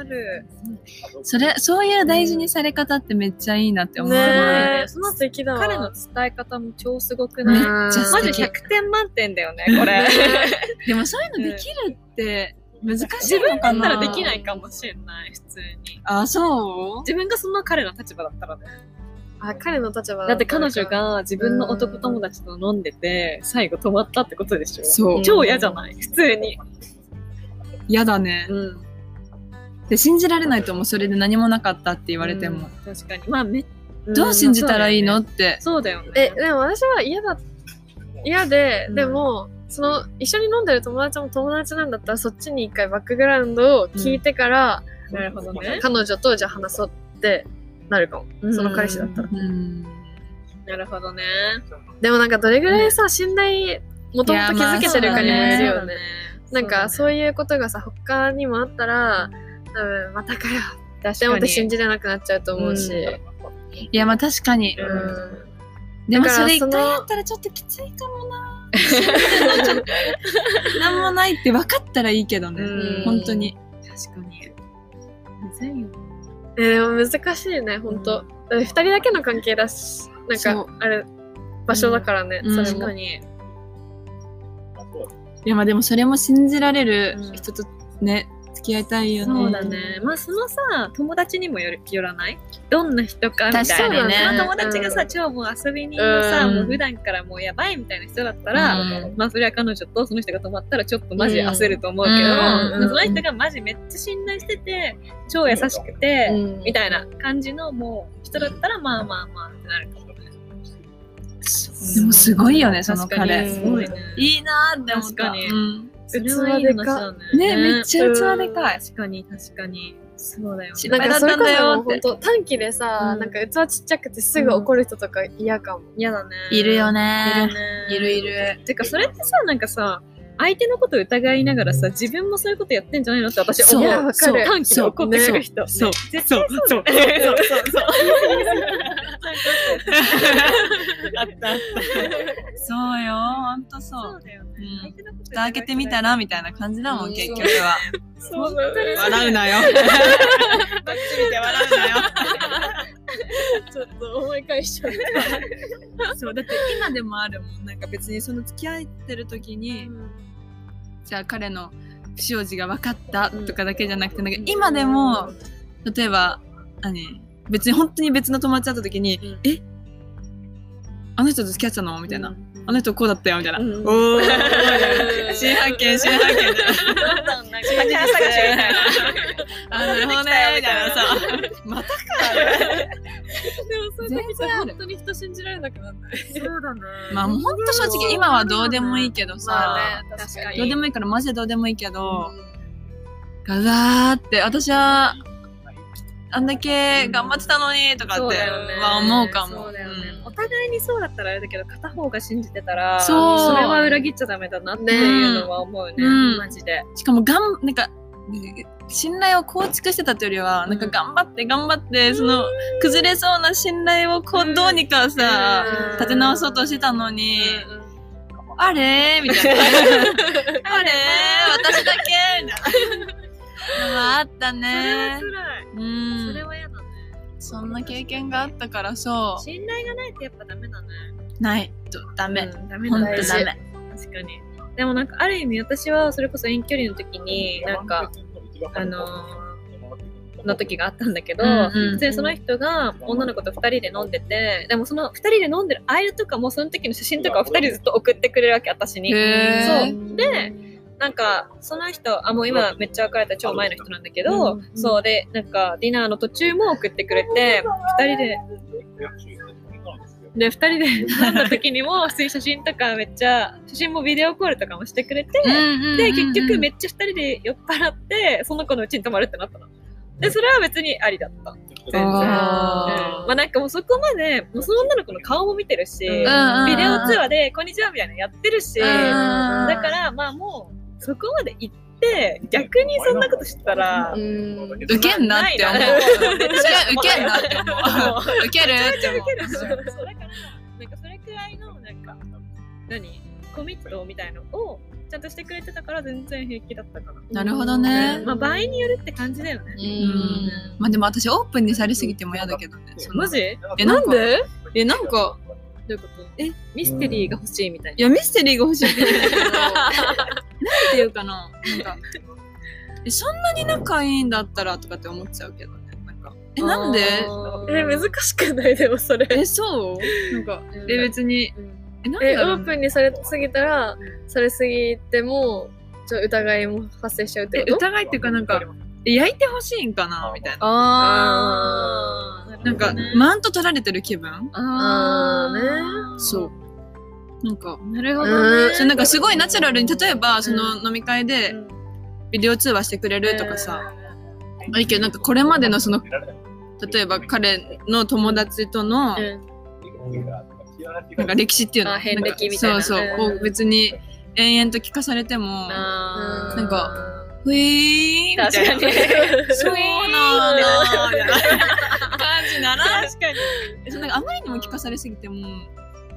Speaker 3: それそういう大事にされ方ってめっちゃいいなって思う、
Speaker 2: ね
Speaker 1: ね
Speaker 2: え、その素敵だわ。
Speaker 1: 彼の伝え方も超すごく
Speaker 3: め
Speaker 1: な
Speaker 3: っ
Speaker 1: い
Speaker 3: ちゃ素
Speaker 1: マジ
Speaker 3: 敵
Speaker 1: 100点満点だよねこれ
Speaker 3: でもそういうのできるって難しいのかな
Speaker 1: 自分だったらできないかもしれない普通に
Speaker 3: あそう
Speaker 1: 自分がその彼の立場だったらね
Speaker 2: あ、彼の立場
Speaker 1: だって彼女が自分の男友達と飲んでて最後止まったってことでしょ
Speaker 3: そう
Speaker 1: 超嫌じゃない普通に
Speaker 3: 嫌だね
Speaker 1: うん
Speaker 3: で信じられないと思うそれで何もなかったって言われても、
Speaker 1: 確かにまあめ
Speaker 3: どう信じたらいいの、
Speaker 1: う
Speaker 3: っ
Speaker 1: ん
Speaker 3: て
Speaker 1: そうだよね
Speaker 2: え、でも私は嫌だ、嫌で、
Speaker 1: うん
Speaker 2: でも、その、一緒に飲んでる友達も友達なんだったら、そっちに一回バックグラウンドを聞いてから、
Speaker 1: なるほどね
Speaker 2: 彼女とじゃあ話そうってなるかも。その彼氏だったら。
Speaker 3: うん
Speaker 1: なるほどね
Speaker 2: でもなんかどれぐらいさ、信頼、もともと築けてるかにもよ
Speaker 1: いやま
Speaker 2: る
Speaker 1: あそ
Speaker 2: よ
Speaker 1: うだ
Speaker 2: ね
Speaker 1: ね。
Speaker 2: なんか
Speaker 1: う
Speaker 2: そういうことがさ、他にもあったら、多分またかよ
Speaker 1: だね
Speaker 2: って思っ
Speaker 1: 確
Speaker 2: て
Speaker 1: か
Speaker 2: 信
Speaker 1: に
Speaker 2: じれなくなっちゃうと思うし。
Speaker 1: うん
Speaker 3: いやまあ確かに、
Speaker 1: うん
Speaker 3: でもそれ一回
Speaker 2: だからその
Speaker 3: やったらちょっときついかもな (laughs) なんもないって分かったらいいけどね、
Speaker 1: うん
Speaker 3: 本当に
Speaker 1: 確かにむずいよ
Speaker 2: えでも難しいね、ほんと。だって二人だけの関係だし、なん
Speaker 3: そ
Speaker 2: か
Speaker 3: う、
Speaker 2: あれ、場所だからね、
Speaker 3: うん
Speaker 2: それ
Speaker 1: 確
Speaker 2: も
Speaker 1: か。に
Speaker 3: いやまあでもそれも信じられる
Speaker 1: うん
Speaker 3: 人とね、付き合いたいよね
Speaker 1: そうだねまあそのさ友達にもよるよらないどんな人かみたい
Speaker 3: 確か
Speaker 1: な
Speaker 3: にね
Speaker 1: その友達がさ、
Speaker 2: うん
Speaker 1: 超もう遊び人のさ、
Speaker 3: うん
Speaker 1: もう普段からもうやばいみたいな人だった
Speaker 3: う
Speaker 1: ら、
Speaker 3: ん
Speaker 1: まあそれは彼女とその人が泊まったらちょっとマジ焦ると思うけど、
Speaker 3: うん
Speaker 1: まあ
Speaker 2: うん
Speaker 1: その人がマジめっちゃ信頼してて超優しくて、み
Speaker 2: い
Speaker 1: たいな感じのもう人だったらまあまあまあってなるかもね。
Speaker 3: でもすごいよねその
Speaker 1: 確か
Speaker 3: 彼
Speaker 1: に
Speaker 2: うん
Speaker 1: すごいね。
Speaker 3: いいなーって思っ
Speaker 1: 確
Speaker 3: た
Speaker 1: かに
Speaker 3: うん
Speaker 1: それはいい話だね。
Speaker 3: ねめっちゃ器でかい、
Speaker 1: 確かに確かに。そうだよね。
Speaker 3: 知
Speaker 2: な
Speaker 3: ら
Speaker 2: ん
Speaker 3: なかっ
Speaker 2: かそれ
Speaker 3: たん
Speaker 2: こ
Speaker 3: だ
Speaker 2: そ
Speaker 3: よ
Speaker 2: もうほんと短期でさ、
Speaker 1: うん
Speaker 2: なんか器ちっちゃくてすぐ怒る人とか嫌かも。
Speaker 1: 嫌だね。
Speaker 3: いるよ
Speaker 1: いる
Speaker 3: ね
Speaker 1: ね。
Speaker 3: いるい。る
Speaker 1: てかそれってさなんかさ相手のことを疑いながらさ自分もそういうことやってんじゃないのって私思う。
Speaker 2: いやわかる
Speaker 1: 短期で怒ってくる人。
Speaker 3: そう
Speaker 1: ね絶
Speaker 3: そうそう
Speaker 1: 対そうそうそう。
Speaker 3: あったあったそうよほんとそう
Speaker 1: そうだよね
Speaker 3: うん。
Speaker 1: 相手のこと
Speaker 3: 蓋開けてみたらみたいな感じだも
Speaker 2: うんん
Speaker 3: 結局は
Speaker 1: そうだね。
Speaker 3: 笑うなよどっち見て笑うなよ
Speaker 2: ちょっと思い返しちゃう。
Speaker 3: そうだって今でもあるもんなんか別にその付き合ってる時に、じゃあ彼の不祥事が分かったとかだけじゃなくて、なんか今でも例えば何別に本当に別の友達だった時に「
Speaker 1: うん
Speaker 3: えあの人と付き合ってたの?」みたいな、あの人こうだったよ」みたいな「
Speaker 1: うん
Speaker 3: おお」みたいな新発見新発見」みたいな
Speaker 1: どんどんなんか宝探しみたいな。
Speaker 3: 「あなるほどね」みたいなさ (laughs) また
Speaker 1: でもそういう時
Speaker 3: 全然
Speaker 1: さ
Speaker 3: ある
Speaker 1: 本当に人信じられなくなった。そうだね。
Speaker 3: まあもう本当正直今はどうでもいいけどさ、
Speaker 2: まあね、確
Speaker 1: 確
Speaker 2: か
Speaker 1: か
Speaker 2: に。
Speaker 1: に
Speaker 3: どうでもいいからマジでどうでもいいけど、うわーって私はあんだけ頑張ってたのにとか
Speaker 1: そ
Speaker 3: っ
Speaker 1: う
Speaker 3: て
Speaker 1: だよね
Speaker 3: は思うかも。
Speaker 1: そうだよね
Speaker 3: うん
Speaker 1: お互いにそうだったらあれだけど片方が信じてたら
Speaker 3: そう
Speaker 1: れは裏切っちゃダメだなっていうのは思うね
Speaker 3: うん
Speaker 1: マジで
Speaker 3: しかもがんなんか信頼を構築してたというよりは、
Speaker 1: うん
Speaker 3: なんか頑張って頑張ってその崩れそうな信頼をこ
Speaker 1: う
Speaker 3: うんどうにかさ、
Speaker 2: うん
Speaker 3: 立て直そうとしてたのに、
Speaker 1: うんうん
Speaker 3: あれみ
Speaker 1: (laughs)
Speaker 3: たいなあれ私だけみ
Speaker 1: (laughs)
Speaker 3: たいなのはあった
Speaker 1: それは
Speaker 3: ね
Speaker 1: 辛い
Speaker 3: うん
Speaker 1: それは嫌だね
Speaker 3: そんな経験があったからそ
Speaker 1: 信頼がないってやっぱダメだね
Speaker 3: うないとダメ、
Speaker 1: うんダメ
Speaker 3: ほ
Speaker 1: だ
Speaker 3: んと
Speaker 1: ね
Speaker 3: ダメ
Speaker 1: 確かにでもなんかある意味私はそれこそ遠距離の時になんかあのーの時があったんだけど、
Speaker 3: うんうん
Speaker 1: でその人が女の子と2人で飲んでてでもその2人で飲んでる間とかもその時の写真とかを2人ずっと送ってくれるわけ私に。
Speaker 3: へ
Speaker 1: そうでなんかその人あもう今めっちゃ別れた超前の人なんだけど、
Speaker 3: うんうん
Speaker 1: そうでなんかディナーの途中も送ってくれて2人でで2人で飲んだ時に
Speaker 3: (laughs)
Speaker 1: も普通に写真とかめっちゃ写真もビデオコールとかもしてくれて、で結局め
Speaker 3: っち
Speaker 1: っちゃ2人で酔っ払ってその子のうちに泊まるってなったの。でそれは別にありだった。うん
Speaker 3: あ
Speaker 1: まあなんかもうそこまでもうその女の子の顔も見てるし、
Speaker 2: うん
Speaker 1: ビデ
Speaker 3: うん
Speaker 1: オ通話で「こんにちは」みたいなのやってるし、
Speaker 3: うん
Speaker 1: だからまあもうそこまで行って逆にそんなことしてたら
Speaker 2: う。ん
Speaker 3: 受けんなって思う
Speaker 1: ないな
Speaker 3: めっちゃ受
Speaker 1: (laughs)
Speaker 3: けんなって思う
Speaker 1: もう
Speaker 3: 受けるって思う
Speaker 1: けるそうだからなんかそれくらいのなんか何コミットみたいのをちゃんとしてくれてたから全然平気だったか
Speaker 3: なるほどね
Speaker 1: ら、まあ場合によるって感じだよね、
Speaker 3: んまあでも私オープンにされすぎても嫌だけどね。その
Speaker 1: マジ
Speaker 3: えなんか
Speaker 1: で
Speaker 3: え、なんか、
Speaker 1: どういうことえミステリーが欲しいみたい
Speaker 3: いや、ミステリーが欲しいって言うんだけど、なんていうかな、なんか、え、そんなに仲いいんだったらとかって思っちゃうけどね。なんか、え、
Speaker 1: な。
Speaker 3: なんで
Speaker 1: あーえ難しくないでもそれ。
Speaker 3: え、そうなんか、
Speaker 1: うん
Speaker 3: え、別に、え、なん
Speaker 2: え
Speaker 3: だろ
Speaker 2: オ
Speaker 3: う
Speaker 2: ー
Speaker 3: ね
Speaker 2: プンにされすぎたらされすぎてもちょっと疑いも発生しちゃうっ
Speaker 3: え、
Speaker 2: てこと
Speaker 3: 疑いっていうかなんか、え焼いてほしいんかなみたいな。
Speaker 1: あー
Speaker 3: なんか、マウント取られてる気分
Speaker 1: あー
Speaker 2: あ
Speaker 1: ね。
Speaker 3: そう。なんか、
Speaker 1: なるほ
Speaker 2: どね
Speaker 3: そうなんかすごいナチュラルに、例えば、その飲み会で
Speaker 1: うん
Speaker 3: ビデオ通話してくれるとかさ、あいいけどなんかこれまでのその例えば彼の友達とのなんか歴史っていうの
Speaker 1: あ遍歴みたいなん
Speaker 3: かそうそう、
Speaker 1: うん
Speaker 3: こう別に延々と聞かされても
Speaker 1: あー
Speaker 3: なんかふいーみたい
Speaker 1: 確か
Speaker 3: な
Speaker 1: に。
Speaker 3: そうなんだみたいな感じならん
Speaker 1: 確かに。
Speaker 3: そうなんかあまりにも聞かされすぎても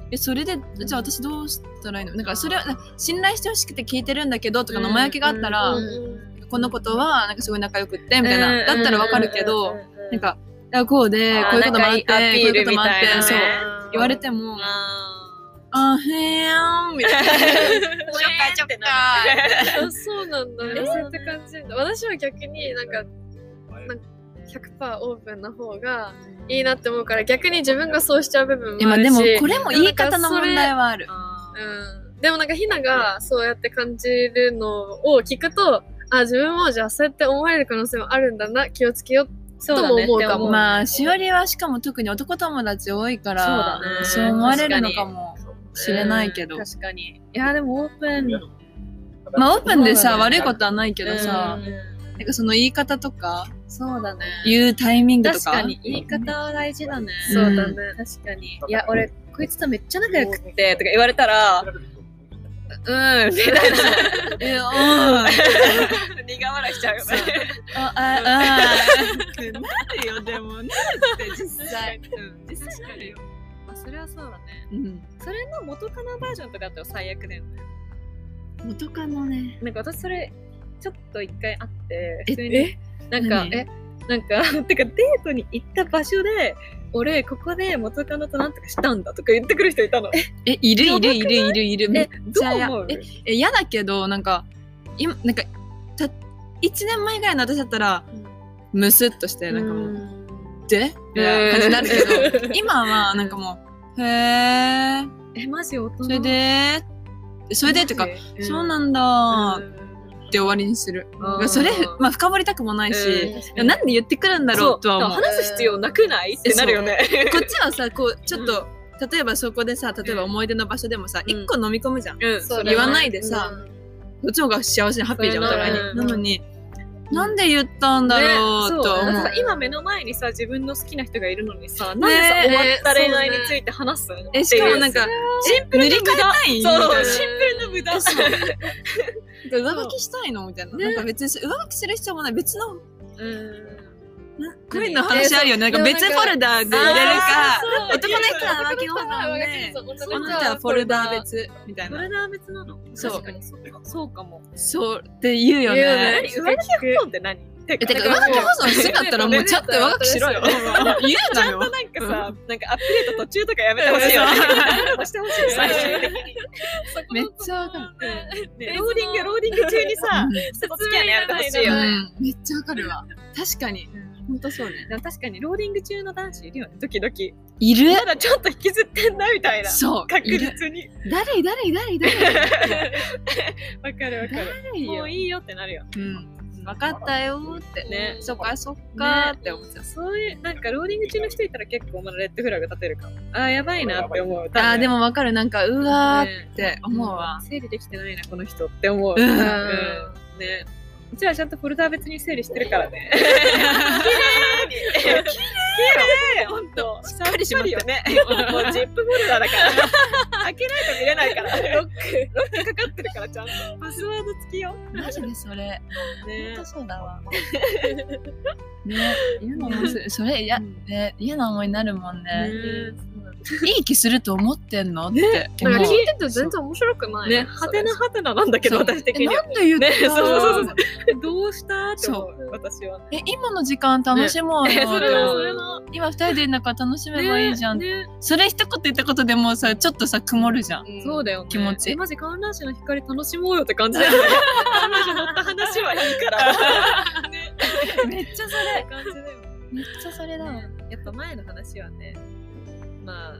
Speaker 3: えそれでじゃあ私どうしたらいいのなんかそれはなんか信頼してほしくて聞いてるんだけどとか生焼けがあったら、
Speaker 2: うん
Speaker 3: このことはなんかすごい仲良くってみたいな、だったらわかるけど、なんか、あこうで、こういうこともあって、こういうこともあって、そう、言われても、あー、へーん、
Speaker 1: (laughs)
Speaker 3: みたいな。ちょっかいちょっか
Speaker 2: あそうなんだ、
Speaker 1: え
Speaker 2: そうやって感じるんだ私は逆になんか100%オープンな方がいいなって思うから逆に自分がそうしちゃう部分
Speaker 3: い。
Speaker 2: も
Speaker 3: ま
Speaker 2: あ
Speaker 3: あ
Speaker 2: る
Speaker 3: で
Speaker 2: し
Speaker 3: も、これも言い方の問題はある。
Speaker 2: うん、でもなんかひながそうやって感じるのを聞くとあ自分もじゃあそうやって思われる可能性もあるんだな気をつけよう
Speaker 1: そうだね
Speaker 2: とも思うか
Speaker 1: って
Speaker 2: も
Speaker 3: まあ、しおりはしかも特に男友達多いから、
Speaker 1: そうだね
Speaker 3: そう思われるのかもしれないけど
Speaker 1: うん。確かに。いや、でもオープン
Speaker 3: まあ、オープンで
Speaker 1: そ
Speaker 3: さ、
Speaker 1: うだ
Speaker 3: 悪
Speaker 1: ね
Speaker 3: いことはないけ
Speaker 1: け
Speaker 3: ど
Speaker 1: ど
Speaker 3: さ
Speaker 1: さ、、
Speaker 3: なんかその言い方とか、
Speaker 1: そうだね。
Speaker 3: 言うタイミングと
Speaker 1: 確
Speaker 3: か。
Speaker 1: かに、言い方は大事だね。
Speaker 2: そうだね、
Speaker 1: 確かに。いや、俺、こいつとめっちゃ仲良くって、とか言われたら、うん、みたいな。
Speaker 3: え、うん。あ、
Speaker 1: 苦笑いしちゃうよね。
Speaker 3: あ、あ、ってなるよ、でもね。
Speaker 1: 実 (laughs) 際。実際なるよ。まあ、それはそうだね。
Speaker 3: うん。
Speaker 1: それの元カノバージョンとかだったら最悪だよね。
Speaker 3: 元カノね。
Speaker 1: なんか私それ、ちょっと一回あって、
Speaker 3: え
Speaker 1: 普通に、なんか、
Speaker 3: 何
Speaker 1: え、なんか、てかデートに行った場所で、俺、ここで元カノとなんとかしたんだとか言ってくる人いたの。え、
Speaker 3: え、いるいるいるいるいる。めっちゃ
Speaker 1: どう思
Speaker 3: や
Speaker 1: う
Speaker 3: え、え嫌だけど、なんか、今、なんか、た、1年前ぐらいの私だったら、ムスっとして、なんかもう、でみたいな感じになるけど、 (laughs) 今は、なんかもう、へー、
Speaker 1: え、マジ大人
Speaker 3: それで、それでとか、、そう
Speaker 1: の
Speaker 3: なんだーって終わりにする。それ、まあ、深掘りたくもないし、
Speaker 1: な
Speaker 3: なんで言ってくるんだろうとは思う。
Speaker 1: 話す必要なくないってなるよね。
Speaker 3: こっちはさ、こう、ちょっと、例えばそこでさ、例えば思い出の場所でもさ、
Speaker 1: うん
Speaker 3: 一個飲み込むじゃん。
Speaker 1: うん
Speaker 2: そうだね
Speaker 3: 言わないでさ、こっちの方が幸せにハッピーじゃん、お
Speaker 1: それ
Speaker 3: 互いに
Speaker 1: な。
Speaker 3: なのに、なんで言ったんだろう
Speaker 1: ね
Speaker 3: とは
Speaker 1: そう
Speaker 3: 思
Speaker 1: な
Speaker 3: うん
Speaker 1: か。今目の前にさ自分の好きな人がいるのにさ、なんでさ
Speaker 3: ね
Speaker 1: 終わった恋愛について話すの
Speaker 3: え、しかもなん
Speaker 1: っ
Speaker 3: か、
Speaker 1: ていうシンプルな
Speaker 3: 塗り替えたいみたい
Speaker 1: 無
Speaker 3: な
Speaker 1: 駄そうシンプルな無駄
Speaker 3: そう上書きしたいのみたいな。なんか別に、上書きする必要もない。別の、
Speaker 1: うん
Speaker 3: 恋の話あるよね。
Speaker 2: え
Speaker 3: なんか別
Speaker 2: そう
Speaker 3: フォルダーで入れるか、
Speaker 1: あーそう
Speaker 3: 男の人は上書きの方が
Speaker 2: 上
Speaker 3: ね、
Speaker 2: 書きそう
Speaker 3: 女の人はフォルダー別、みたい
Speaker 1: フォ
Speaker 3: な
Speaker 1: ル。ダー別なの
Speaker 3: そう
Speaker 1: 確かにそうかそうかも
Speaker 3: そうって言うよ
Speaker 2: 言うよ
Speaker 1: え
Speaker 3: ね。
Speaker 2: ね
Speaker 1: 何上書き保存って何て
Speaker 3: え、てか上書き保存したかったらもうちゃんと上書きしろよ。言うなよ。
Speaker 1: なんかさ、なんかアップデート途中とかやめてほしいよね。してほしい (laughs) 最終的に。
Speaker 3: めっちゃわかる。
Speaker 1: ねローディング、ローディング中にさ、
Speaker 3: うん
Speaker 1: ちょっと付き合いのやめてほしいよね。
Speaker 3: うんめっちゃわかるわ。確かに。本当そうね。
Speaker 1: でも確かにローリング中の男子いるよね、時々。
Speaker 3: いる
Speaker 1: まだちょっと引きずってんなみたいな。
Speaker 3: そう。
Speaker 1: 確
Speaker 3: いる
Speaker 1: 実に。
Speaker 3: 誰誰誰誰
Speaker 1: わかるわかる。
Speaker 3: 誰
Speaker 1: (laughs) も
Speaker 3: よ
Speaker 1: う。いいよってなるよ。
Speaker 3: うん。分かったよーって
Speaker 1: ね
Speaker 3: そっかそっかーって思っちゃう。
Speaker 1: そういう、なんかローリング中の人いたら結構まだレッドフラグ立てるかも。ああ、やばいなって思う。
Speaker 3: あーで
Speaker 1: も、
Speaker 3: も分かるなんかうわーっ
Speaker 1: ね
Speaker 3: て思うわ。
Speaker 1: 整理できてないな、この人って思う。
Speaker 3: うん
Speaker 1: うんね。うちらちゃんとフォルダー別に整理してるからね。綺麗 (laughs) 綺麗ほんと。
Speaker 3: しっかりしまって
Speaker 1: さっぱりよね。もうジップフォルダーだから。開けないと見れないから。ロック、ロックかかってるからちゃんと。パスワード付きよ。
Speaker 3: マジでそれ。本
Speaker 1: ね
Speaker 3: 当そう
Speaker 1: (laughs)
Speaker 3: だわ。ね、嫌な思いする。それ、いや、ね、嫌な思いになるもんね。いい気すると思ってんのって思う。
Speaker 2: なんか聞いてて全然面白くない。
Speaker 1: ね、はてなはてななんだけど、
Speaker 3: そう
Speaker 1: 私的に
Speaker 3: え
Speaker 1: は。
Speaker 3: なんで言った、
Speaker 1: ね、そうそうそう
Speaker 3: う。
Speaker 1: そう。どうしたって思う、私は。
Speaker 3: え、今の時間楽しもうよ、
Speaker 1: え、それはそれ
Speaker 3: 今二人でいるんだから楽しめば
Speaker 1: の。
Speaker 3: いいじゃん。
Speaker 1: ね。
Speaker 3: それ一言言ったことでもうさ、ちょっとさ、曇るじゃん。
Speaker 1: そうだよ、ね。
Speaker 3: 気持ち
Speaker 1: えマジ観覧車の光楽しもうよって感じだよね。観覧車乗った話はいい (laughs) から。ね。
Speaker 3: めっちゃそ
Speaker 1: そうい
Speaker 3: れ。
Speaker 1: う感じだよね。
Speaker 3: めっちゃそれだわ。
Speaker 1: やっぱ前の話はね、ま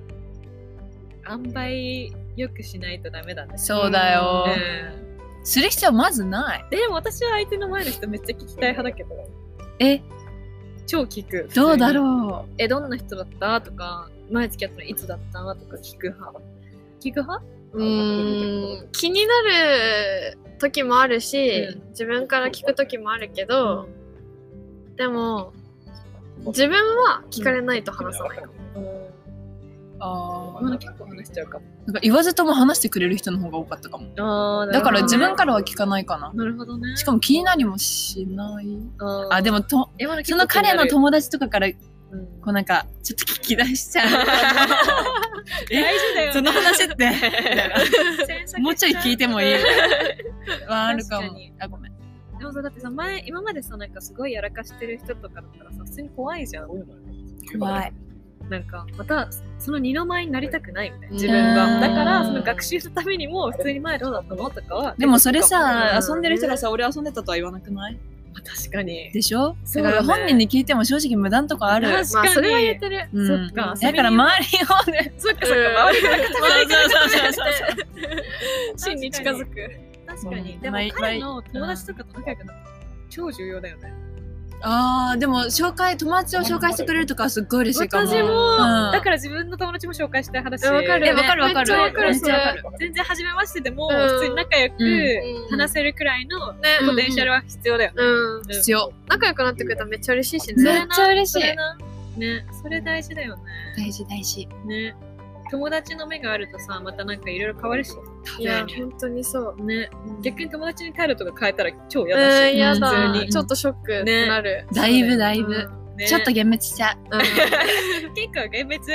Speaker 1: あ、塩梅よくしないとダメだね。
Speaker 3: そうだよ。
Speaker 1: うん
Speaker 3: する必要はまずない。
Speaker 1: でも私は相手の前の人めっちゃ聞きたい派だけど、
Speaker 3: え、
Speaker 1: 超聞く。
Speaker 3: どうだろう。
Speaker 1: え、どんな人だったとか、前付き合ったのいつだったとか聞く派。聞く派
Speaker 2: うーん気になる時もあるし、
Speaker 1: う
Speaker 2: 自分から聞く時もあるけど、でも自分は聞かれないと話さないかも、
Speaker 1: うん。
Speaker 3: あ
Speaker 1: まだ結構話しちゃうかも。
Speaker 3: なんか言わずとも話してくれる人の方が多かったかも。
Speaker 1: あ
Speaker 3: だから
Speaker 2: なるほどね
Speaker 3: 自分からは聞かないかな。
Speaker 1: なるほどね。
Speaker 3: しかも気になりもしない。
Speaker 1: あ
Speaker 3: あ、で
Speaker 1: も、
Speaker 3: もと、
Speaker 1: えまだ結
Speaker 3: そ
Speaker 1: 構
Speaker 3: の彼の
Speaker 1: 気に
Speaker 3: 友達とかから、こ
Speaker 1: なるうん
Speaker 3: うなんか、ちょっと聞き出しち (laughs) ゃう。
Speaker 1: 大事だよね。
Speaker 3: その
Speaker 1: (laughs)
Speaker 3: 話って、 (laughs) もうちょい聞いてもいい。はあるか
Speaker 1: 確
Speaker 3: も
Speaker 1: かに。
Speaker 3: あ、ごめん。
Speaker 1: でもさ、だってさ、前、今までさ、なんかすごいやらかしてる人とかだったらさ、普通に怖いじゃん。
Speaker 3: 怖い。
Speaker 1: なんか、また、その二の舞になりたくないみたいな、自
Speaker 3: う
Speaker 1: 分
Speaker 3: ん
Speaker 1: が。だから、その学習のためにも、普通に前どうだったのとかは。
Speaker 3: でもそれさ、
Speaker 1: うん
Speaker 3: 遊んでる人がさ、俺遊んでたとは言わなくない
Speaker 1: まあ確かに。
Speaker 3: でしょ
Speaker 1: そ
Speaker 3: だ
Speaker 1: う
Speaker 3: か
Speaker 1: だね
Speaker 3: ら本人に聞いても正直無駄なとこあ (laughs) る。
Speaker 1: 確
Speaker 2: ま
Speaker 1: か
Speaker 2: あ
Speaker 1: に。
Speaker 2: それは言えてる、
Speaker 3: う
Speaker 1: そ
Speaker 3: ん
Speaker 1: っか
Speaker 3: だから周りをね、
Speaker 1: そっかそっか、周りがなんか
Speaker 3: そうそうそうそう
Speaker 2: 真に近づく
Speaker 1: 確か
Speaker 3: う
Speaker 1: に。
Speaker 3: ん
Speaker 1: でも
Speaker 3: 毎、
Speaker 1: 彼の友達とかと仲良くなって、超重要だよね。
Speaker 3: あー、でも紹介、友達を紹介してくれるとかすっごい嬉しいかも。
Speaker 1: 私も、
Speaker 3: うん
Speaker 1: だから自分の友達も紹介したい話。
Speaker 2: えわかる
Speaker 3: えわかるわかる。
Speaker 2: めっちゃわかる
Speaker 3: めっちゃわかる。
Speaker 1: 全然初めましてでも、
Speaker 2: うん
Speaker 1: 普通に仲良
Speaker 2: う
Speaker 1: く
Speaker 2: ん
Speaker 1: 話せるくらいの
Speaker 2: ね
Speaker 1: ポテンシャルは必要だよね。
Speaker 2: うん、
Speaker 1: うん
Speaker 3: 必要。
Speaker 2: 仲良くなってくれたらめっちゃ嬉しいし
Speaker 3: め
Speaker 2: ね
Speaker 3: っちゃ嬉し
Speaker 1: そ
Speaker 3: い。
Speaker 1: れな。ね、それ大事だよね。
Speaker 3: 大事大事。
Speaker 1: ね。友達の目があるとさ、またなんかいろいろ変わるし。
Speaker 2: いや本当にそう
Speaker 1: ね。逆に友達に態度とか変えたら超
Speaker 2: う
Speaker 1: 嫌だ
Speaker 2: ん
Speaker 1: し。
Speaker 2: 嫌だ
Speaker 1: 普通に。
Speaker 2: ちょっとショックってなる、
Speaker 3: だいぶだいぶ。
Speaker 2: (laughs)
Speaker 1: ね
Speaker 3: ちょっと、幻滅しちゃう。
Speaker 2: うん
Speaker 1: 結構厳密。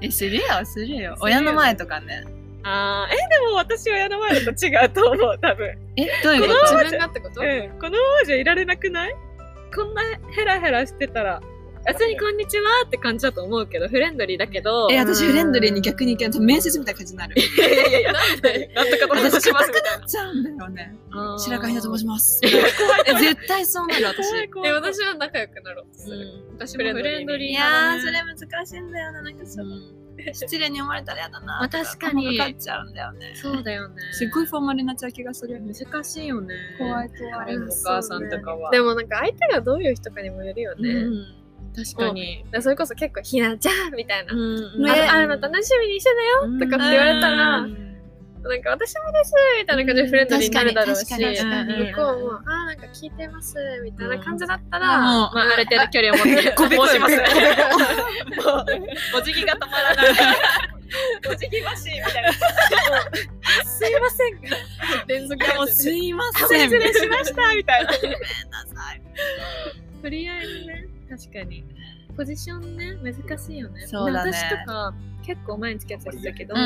Speaker 3: え、するよ、するよ。親の前とかね。
Speaker 1: あーえ、でも私親の前だと違うと思う、多分。
Speaker 3: え、どういうこ
Speaker 2: 自
Speaker 3: と
Speaker 2: 分がってこと、
Speaker 1: うん、このままじゃいられなくないこんなヘラヘラしてたら、普通にこんにちはって感じだと思うけど、フレンドリーだけど、
Speaker 3: え、
Speaker 1: い
Speaker 3: 私フレンドリーに逆にいけんと面接みたいな感じになる。
Speaker 1: やいやいや、なんで、なんとかと
Speaker 3: 私、
Speaker 1: しま
Speaker 3: 硬
Speaker 1: す
Speaker 3: くなっちゃうんだよね。
Speaker 1: 白
Speaker 3: 白川
Speaker 1: 川
Speaker 3: ひ
Speaker 1: ひな
Speaker 3: なと申
Speaker 1: し
Speaker 3: します。え、絶対そうなる、私。
Speaker 1: 怖い怖い。
Speaker 2: え私は仲良くなろうとす
Speaker 1: う
Speaker 2: る、
Speaker 1: ん
Speaker 2: 私
Speaker 1: フレンドリー。
Speaker 3: 難しいんだよな。なんか
Speaker 1: う
Speaker 3: そ
Speaker 1: ん
Speaker 3: 失礼に思われたら嫌だな
Speaker 1: まあ確かに
Speaker 3: かかっちゃうんだよね。
Speaker 1: そうだよね。
Speaker 3: すごいフォーマルになっちゃう気がする。
Speaker 1: 難しいよね。
Speaker 3: 怖
Speaker 1: い。
Speaker 3: い怖い。
Speaker 1: お母さんとかは。
Speaker 2: でもなんか相手がどういう人かにもよるよね、だか
Speaker 1: うん確かに。
Speaker 2: らそれこそ結構「ひなちゃん」みたいな「
Speaker 1: うん
Speaker 3: ね
Speaker 2: ああなた楽しみにしてたよ」とかって言われたら
Speaker 1: う
Speaker 2: 「
Speaker 1: ん
Speaker 2: なんか私もです」みたいな感じでフレンドリーになるだろうし、
Speaker 3: 確かに確か
Speaker 1: に
Speaker 2: 向こうも「あなんか聞いてます」みたいな感じだったら、
Speaker 3: うん
Speaker 1: まあ、ある程度距離を持って、
Speaker 3: (laughs) こびこび
Speaker 1: 申します
Speaker 3: こ
Speaker 1: もうお辞儀が止まらない。お辞儀マシーンみたいな。すいませんが、
Speaker 2: (laughs) 連続
Speaker 3: いやもうすいません。
Speaker 1: 失礼しました、みたいな。
Speaker 3: なさい。
Speaker 1: とりあえずね、確かに。ポジションね、難しいよね。
Speaker 3: そうだね
Speaker 1: で私とか、結構前に付き合ってたけど、
Speaker 3: う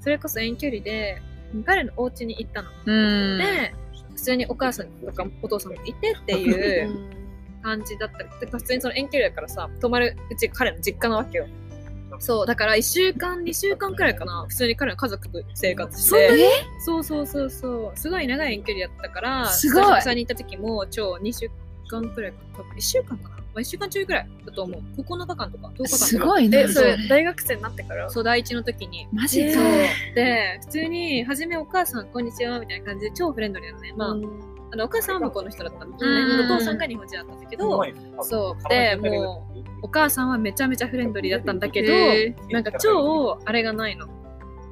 Speaker 1: それこそ遠距離で、彼のお家に行ったの。
Speaker 3: んうん。
Speaker 1: で、普通にお母さんとかお父さんもいてっていう感じだったり、てか普通にその遠距離だからさ、泊まるうち彼の実家なわけよ。のそう、だから1週間、2週間くらいかな、普通に彼の家族と生活し
Speaker 3: そんな
Speaker 1: て。
Speaker 3: に
Speaker 1: そうそうそうそう。すごい長い遠距離だったから、
Speaker 3: すごい
Speaker 1: 久々に行った時も、超2週間くらいか、多分1週間かな。まあ、1週間ちょいくらいだと思う。9日間とか、10日間とか。
Speaker 3: すごいね
Speaker 2: え、それ、大学生になってから
Speaker 1: そう、第一の時に。
Speaker 3: マジ
Speaker 2: そ
Speaker 3: か
Speaker 2: う
Speaker 1: で、普通に、初めお母さん、こんにちは、みたいな感じで、超フレンドリーなのね。まあ、
Speaker 2: うん
Speaker 1: あのお母さんは向こうの人だったんだけど
Speaker 2: うん
Speaker 1: ね。お父さんが日本人だったんだけど、
Speaker 4: そ
Speaker 1: そう。
Speaker 4: う
Speaker 1: で、
Speaker 4: で
Speaker 1: もう、
Speaker 4: も
Speaker 1: お母さんはめちゃめちゃフレンドリーだったんだけ
Speaker 3: へ
Speaker 1: ど、なんか超、あれがないの。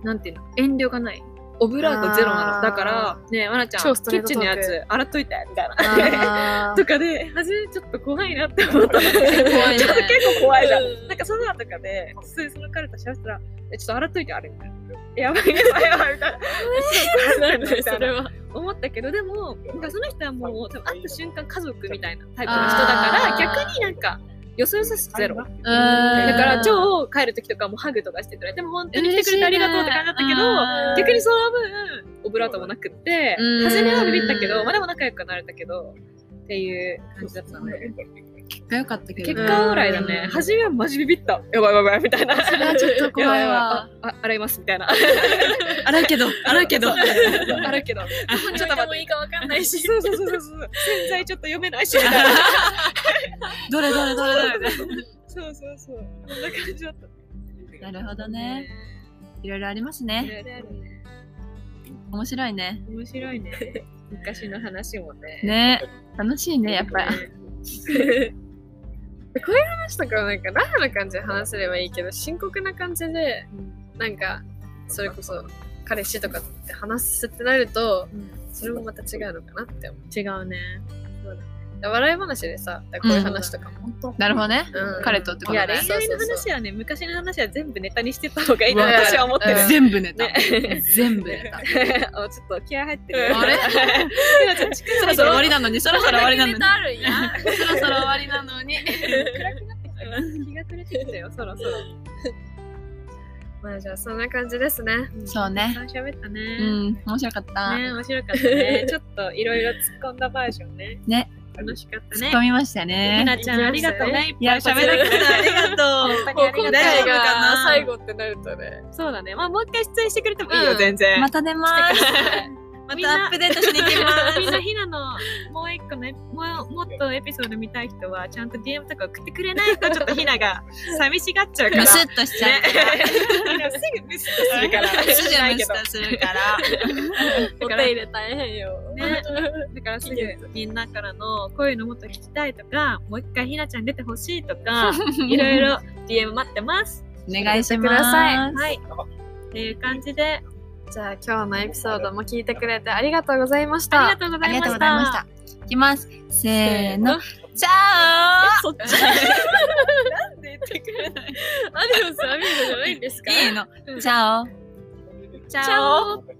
Speaker 1: なんていうの遠慮がない。オブラートゼロな
Speaker 2: あー
Speaker 1: の。だから、ねえ、まなちゃん、キ
Speaker 2: 超ストレー
Speaker 1: ッ
Speaker 2: ト
Speaker 1: チンのやつ洗っといて、みたいな。 (laughs)
Speaker 2: (laughs) あ
Speaker 1: とかで、初めちょっと怖いなって思ったんだけど。
Speaker 3: 怖いね
Speaker 1: ちょっと (laughs) 結構怖いじゃ。
Speaker 2: うんん
Speaker 1: なんかその後とかで、普通にその彼と喋ったら、え、ちょっと洗っといて、あれみたいな。やばいやばいやばいみたい (laughs) な。
Speaker 2: ーな
Speaker 1: み
Speaker 2: るね
Speaker 1: たい
Speaker 2: そ
Speaker 1: な (laughs)
Speaker 2: れは。
Speaker 1: 思ったけど、でも、なんかその人はもう、多分会った瞬間家族みたいなタイプの人だ
Speaker 3: あ
Speaker 1: か
Speaker 3: ー
Speaker 1: ら、逆になんか、よそよそしくゼ
Speaker 4: ゼ
Speaker 1: ロ
Speaker 4: ロ。。
Speaker 3: だ
Speaker 1: だから超帰る時とかもハグとかしてくれても本当に来てくれてありがとうって感じだったけど、逆にその分オブラートもなくって
Speaker 3: うん
Speaker 1: 初めはビビったけどまあでも仲良くなれたけどっていう感じだったね
Speaker 3: 結果良かったけど
Speaker 1: 結
Speaker 3: ね
Speaker 1: 果オーライだね初めはマジビビったやばいやばいやばいみたいな
Speaker 3: それはちょっと怖いわ
Speaker 1: やばやばいああ洗いますみたいな
Speaker 3: 洗うけど洗う
Speaker 1: (laughs)
Speaker 3: けど
Speaker 1: ある
Speaker 3: (laughs)
Speaker 1: けど
Speaker 2: ちょっともいいかわかんないし。
Speaker 1: そうそうそうそうそう洗剤ちょっと読めない
Speaker 3: (laughs)
Speaker 1: しみたいな
Speaker 3: どれどれどれどれ
Speaker 1: そうそうそうこんな感じだった
Speaker 3: なるほどねいろいろあります
Speaker 1: い
Speaker 3: ね
Speaker 1: ろいろあるね
Speaker 3: 面白いね
Speaker 1: 面白いね昔の話もね
Speaker 3: ね楽しいねやっぱり
Speaker 2: 話とかはなんかラフな感じで話せればいいけど深刻な感じでなんかそれこそ彼氏とかって話すってなるとそれもまた違うのかなって思う
Speaker 1: 違うね
Speaker 2: 笑い話でさだからこういう話とかも、
Speaker 3: なるほどね
Speaker 2: うん
Speaker 3: 彼とってこ
Speaker 1: い
Speaker 3: と
Speaker 1: や
Speaker 3: ね
Speaker 1: 恋
Speaker 2: そう
Speaker 1: 愛
Speaker 2: そ
Speaker 1: の
Speaker 2: うそう
Speaker 1: 話はね昔の話は全部ネタにしてた方がいいと
Speaker 3: わかる
Speaker 1: 私は思ってる
Speaker 2: うん。
Speaker 3: 全部ネタ
Speaker 1: ね
Speaker 3: 全部ネタ
Speaker 1: (laughs) あちょっと気合入ってるよ。(laughs)
Speaker 3: あれ
Speaker 1: 今ちょっと近
Speaker 3: そろそろ終わりな (laughs) のにそろそろ終わりなのに
Speaker 2: あるん
Speaker 3: (laughs)
Speaker 2: や
Speaker 3: そろそろ終わりなのに
Speaker 1: 暗くなってきたよ。日が暮れてきたよ。そろそろ。
Speaker 2: まあじゃあそんな感じですね
Speaker 3: そうね
Speaker 1: たくさん喋ったね。
Speaker 3: うん面白かった
Speaker 1: ね面白かったね。ちょっといろいろ突っ込んだバージョンね。
Speaker 3: ね
Speaker 1: 楽しかった
Speaker 3: 突っ
Speaker 1: ね
Speaker 3: 込。みました
Speaker 1: ひ
Speaker 3: ね
Speaker 1: なちゃんありがとうね。いっ
Speaker 3: いや
Speaker 1: ぱい
Speaker 3: 喋
Speaker 1: 喋
Speaker 3: ら
Speaker 1: らなく
Speaker 3: なくて
Speaker 1: て
Speaker 3: あ
Speaker 1: あ
Speaker 3: り
Speaker 1: り
Speaker 3: が
Speaker 1: が (laughs)
Speaker 3: と
Speaker 1: と
Speaker 3: う
Speaker 1: う。
Speaker 2: もう今回
Speaker 1: 大丈夫か
Speaker 2: が
Speaker 1: な
Speaker 2: 最後ってなるとね
Speaker 1: そうだね。まあもう一回出演してくれてもいいうよ
Speaker 2: ん
Speaker 1: 全然。
Speaker 3: (laughs) また出ます (laughs) ま
Speaker 1: みんな
Speaker 3: たアップデートしに行きます
Speaker 1: みんなひなのもう一個のエピもうもっとエピソード見たい人はちゃんと DM とか送ってくれないとちょっとひな
Speaker 3: (laughs)
Speaker 1: が寂しがっちゃうから。
Speaker 3: ム (laughs) スッとしちゃう
Speaker 1: ねひなすぐムスッとするから。
Speaker 3: す
Speaker 1: し
Speaker 3: ぐ
Speaker 1: な
Speaker 3: ム
Speaker 1: いけ
Speaker 3: ス
Speaker 1: ど
Speaker 3: ッとするから
Speaker 2: お手入れ大変よ、 (laughs)
Speaker 1: ね、だからすぐみんなからのこういうのもっと聞きたいとかもう一回ひなちゃん出てほしいとか
Speaker 3: (laughs)
Speaker 1: いろいろ DM 待ってます。
Speaker 3: お願いし
Speaker 2: くださ
Speaker 3: ま
Speaker 1: はい。っていう感じで
Speaker 2: じゃあ今日のエピソードも聞いてくれてありがとうございまし
Speaker 1: あ
Speaker 2: た
Speaker 1: りがとうご
Speaker 3: す。
Speaker 1: ざ
Speaker 3: あ
Speaker 1: い
Speaker 3: りが
Speaker 1: ま
Speaker 3: とう
Speaker 1: し
Speaker 3: ございま
Speaker 1: た
Speaker 3: し。た。いきます。せーの。じゃあ
Speaker 1: そっち。なんで言ってくれない。アデオスアミーゴじゃないんです
Speaker 3: いいの。じゃあ
Speaker 1: チャオ。
Speaker 4: う。